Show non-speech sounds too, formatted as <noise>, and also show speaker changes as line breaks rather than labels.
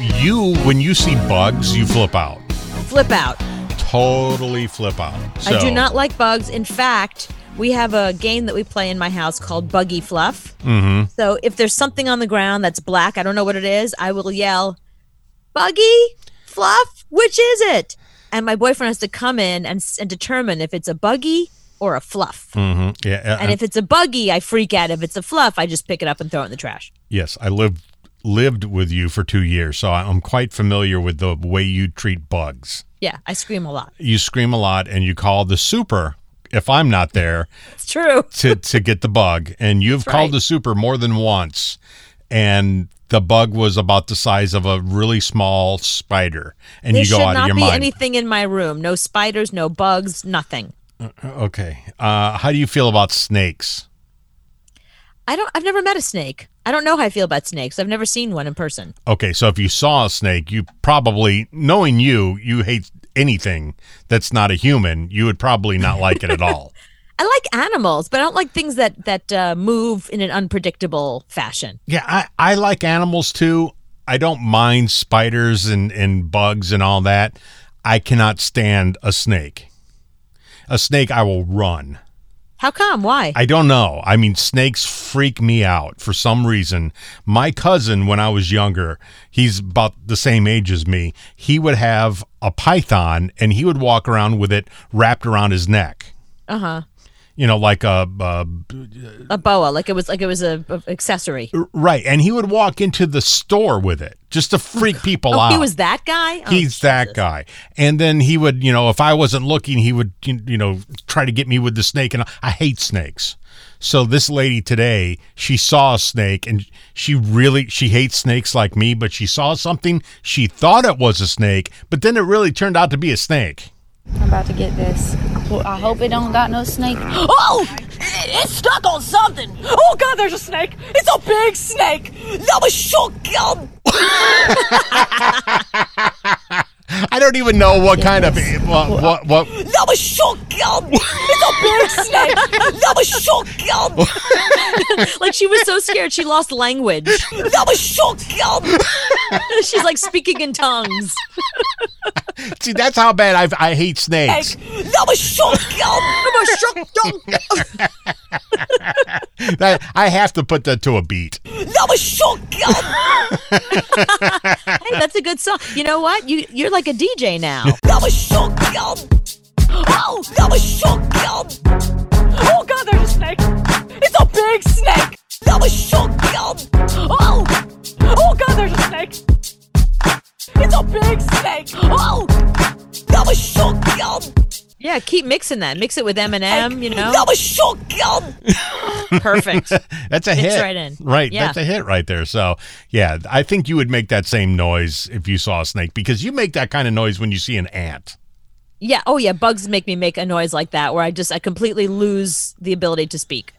you when you see bugs, you flip out.
Flip out.
Totally flip out. So,
I do not like bugs. In fact, we have a game that we play in my house called Buggy Fluff.
Mhm.
So if there's something on the ground that's black, I don't know what it is, I will yell, Buggy Fluff, which is it? And my boyfriend has to come in and, s- and determine if it's a buggy or a fluff.
mhm. Yeah. uh,
And if it's a buggy, I freak out. If it's a fluff, I just pick it up and throw it in the trash.
Yes, I lived lived with you for two years, so I'm quite familiar with the way you treat bugs.
Yeah, I scream a lot.
You scream a lot, and you call the super if I'm not there
It's true. <laughs>
to to get the bug, and you've called
right.
the super more than once, and the bug was about the size of a really small spider, and
There
you
should
go out
not
of your
be
mind.
anything in my room. No spiders, no bugs, nothing.
okay, uh, how do you feel about snakes?
I don't. I've never met a snake. I don't know how I feel about snakes. I've never seen one in person.
Okay, so if you saw a snake, you probably, knowing you, you hate anything that's not a human. You would probably not like <laughs> it at all.
I like animals, but I don't like things that that uh, move in an unpredictable fashion.
Yeah, I, I like animals too. I don't mind spiders and, and bugs and all that. I cannot stand a snake. A snake, I will run.
How come? Why?
I don't know. I mean, snakes freak me out for some reason. My cousin, when I was younger, he's about the same age as me, he would have a python and he would walk around with it wrapped around his neck.
Uh huh.
You know, like a, a
A boa, like it was like it was a, a accessory.
right. And he would walk into the store with it just to freak people
Oh,
out.
he was that guy. Oh, <laughs>
He's that guy. And then he would, you know, if I wasn't looking, he would, you you know, try to get me with the snake. And I- I hate snakes. So this lady today, she saw a snake and she really, she hates snakes like me, but she saw something. She thought it was a snake, but then it really turned out to be a snake.
I'm about to get this. Well, I hope it don't got no snake. <gasps>
Oh! It's stuck on something! Oh god, there's a snake! It's a big snake! That was so good!
I don't even know what kind of, <laughs> what, what, what,
That was so good! It's a big snake! That was so good!
like she was so scared she lost language. <laughs>
That was so good!
She's like speaking in tongues.
see, that's how bad I've, I hate snakes.
That was so good!
That, I have to put that to a beat.
That was so good!
Hey, that's a good song. You know what? You you're like a DJ now.
That was so good! Oh! That was so good! Oh god, there's a snake! It's a big snake! That was so good! Oh! Oh god, there's a snake! It's a big snake! Oh! That was so good!
Yeah, keep mixing that. Mix it with Eminem. You
<laughs>
know,
That was so good.
perfect.
<laughs> That's a
Fits
hit.
right in.
Right.
Yeah.
That's a hit right there. So, yeah, I think you would make that same noise if you saw a snake because you make that kind of noise when you see an ant.
Yeah. Oh yeah. Bugs make me make a noise like that where I just I completely lose the ability to speak.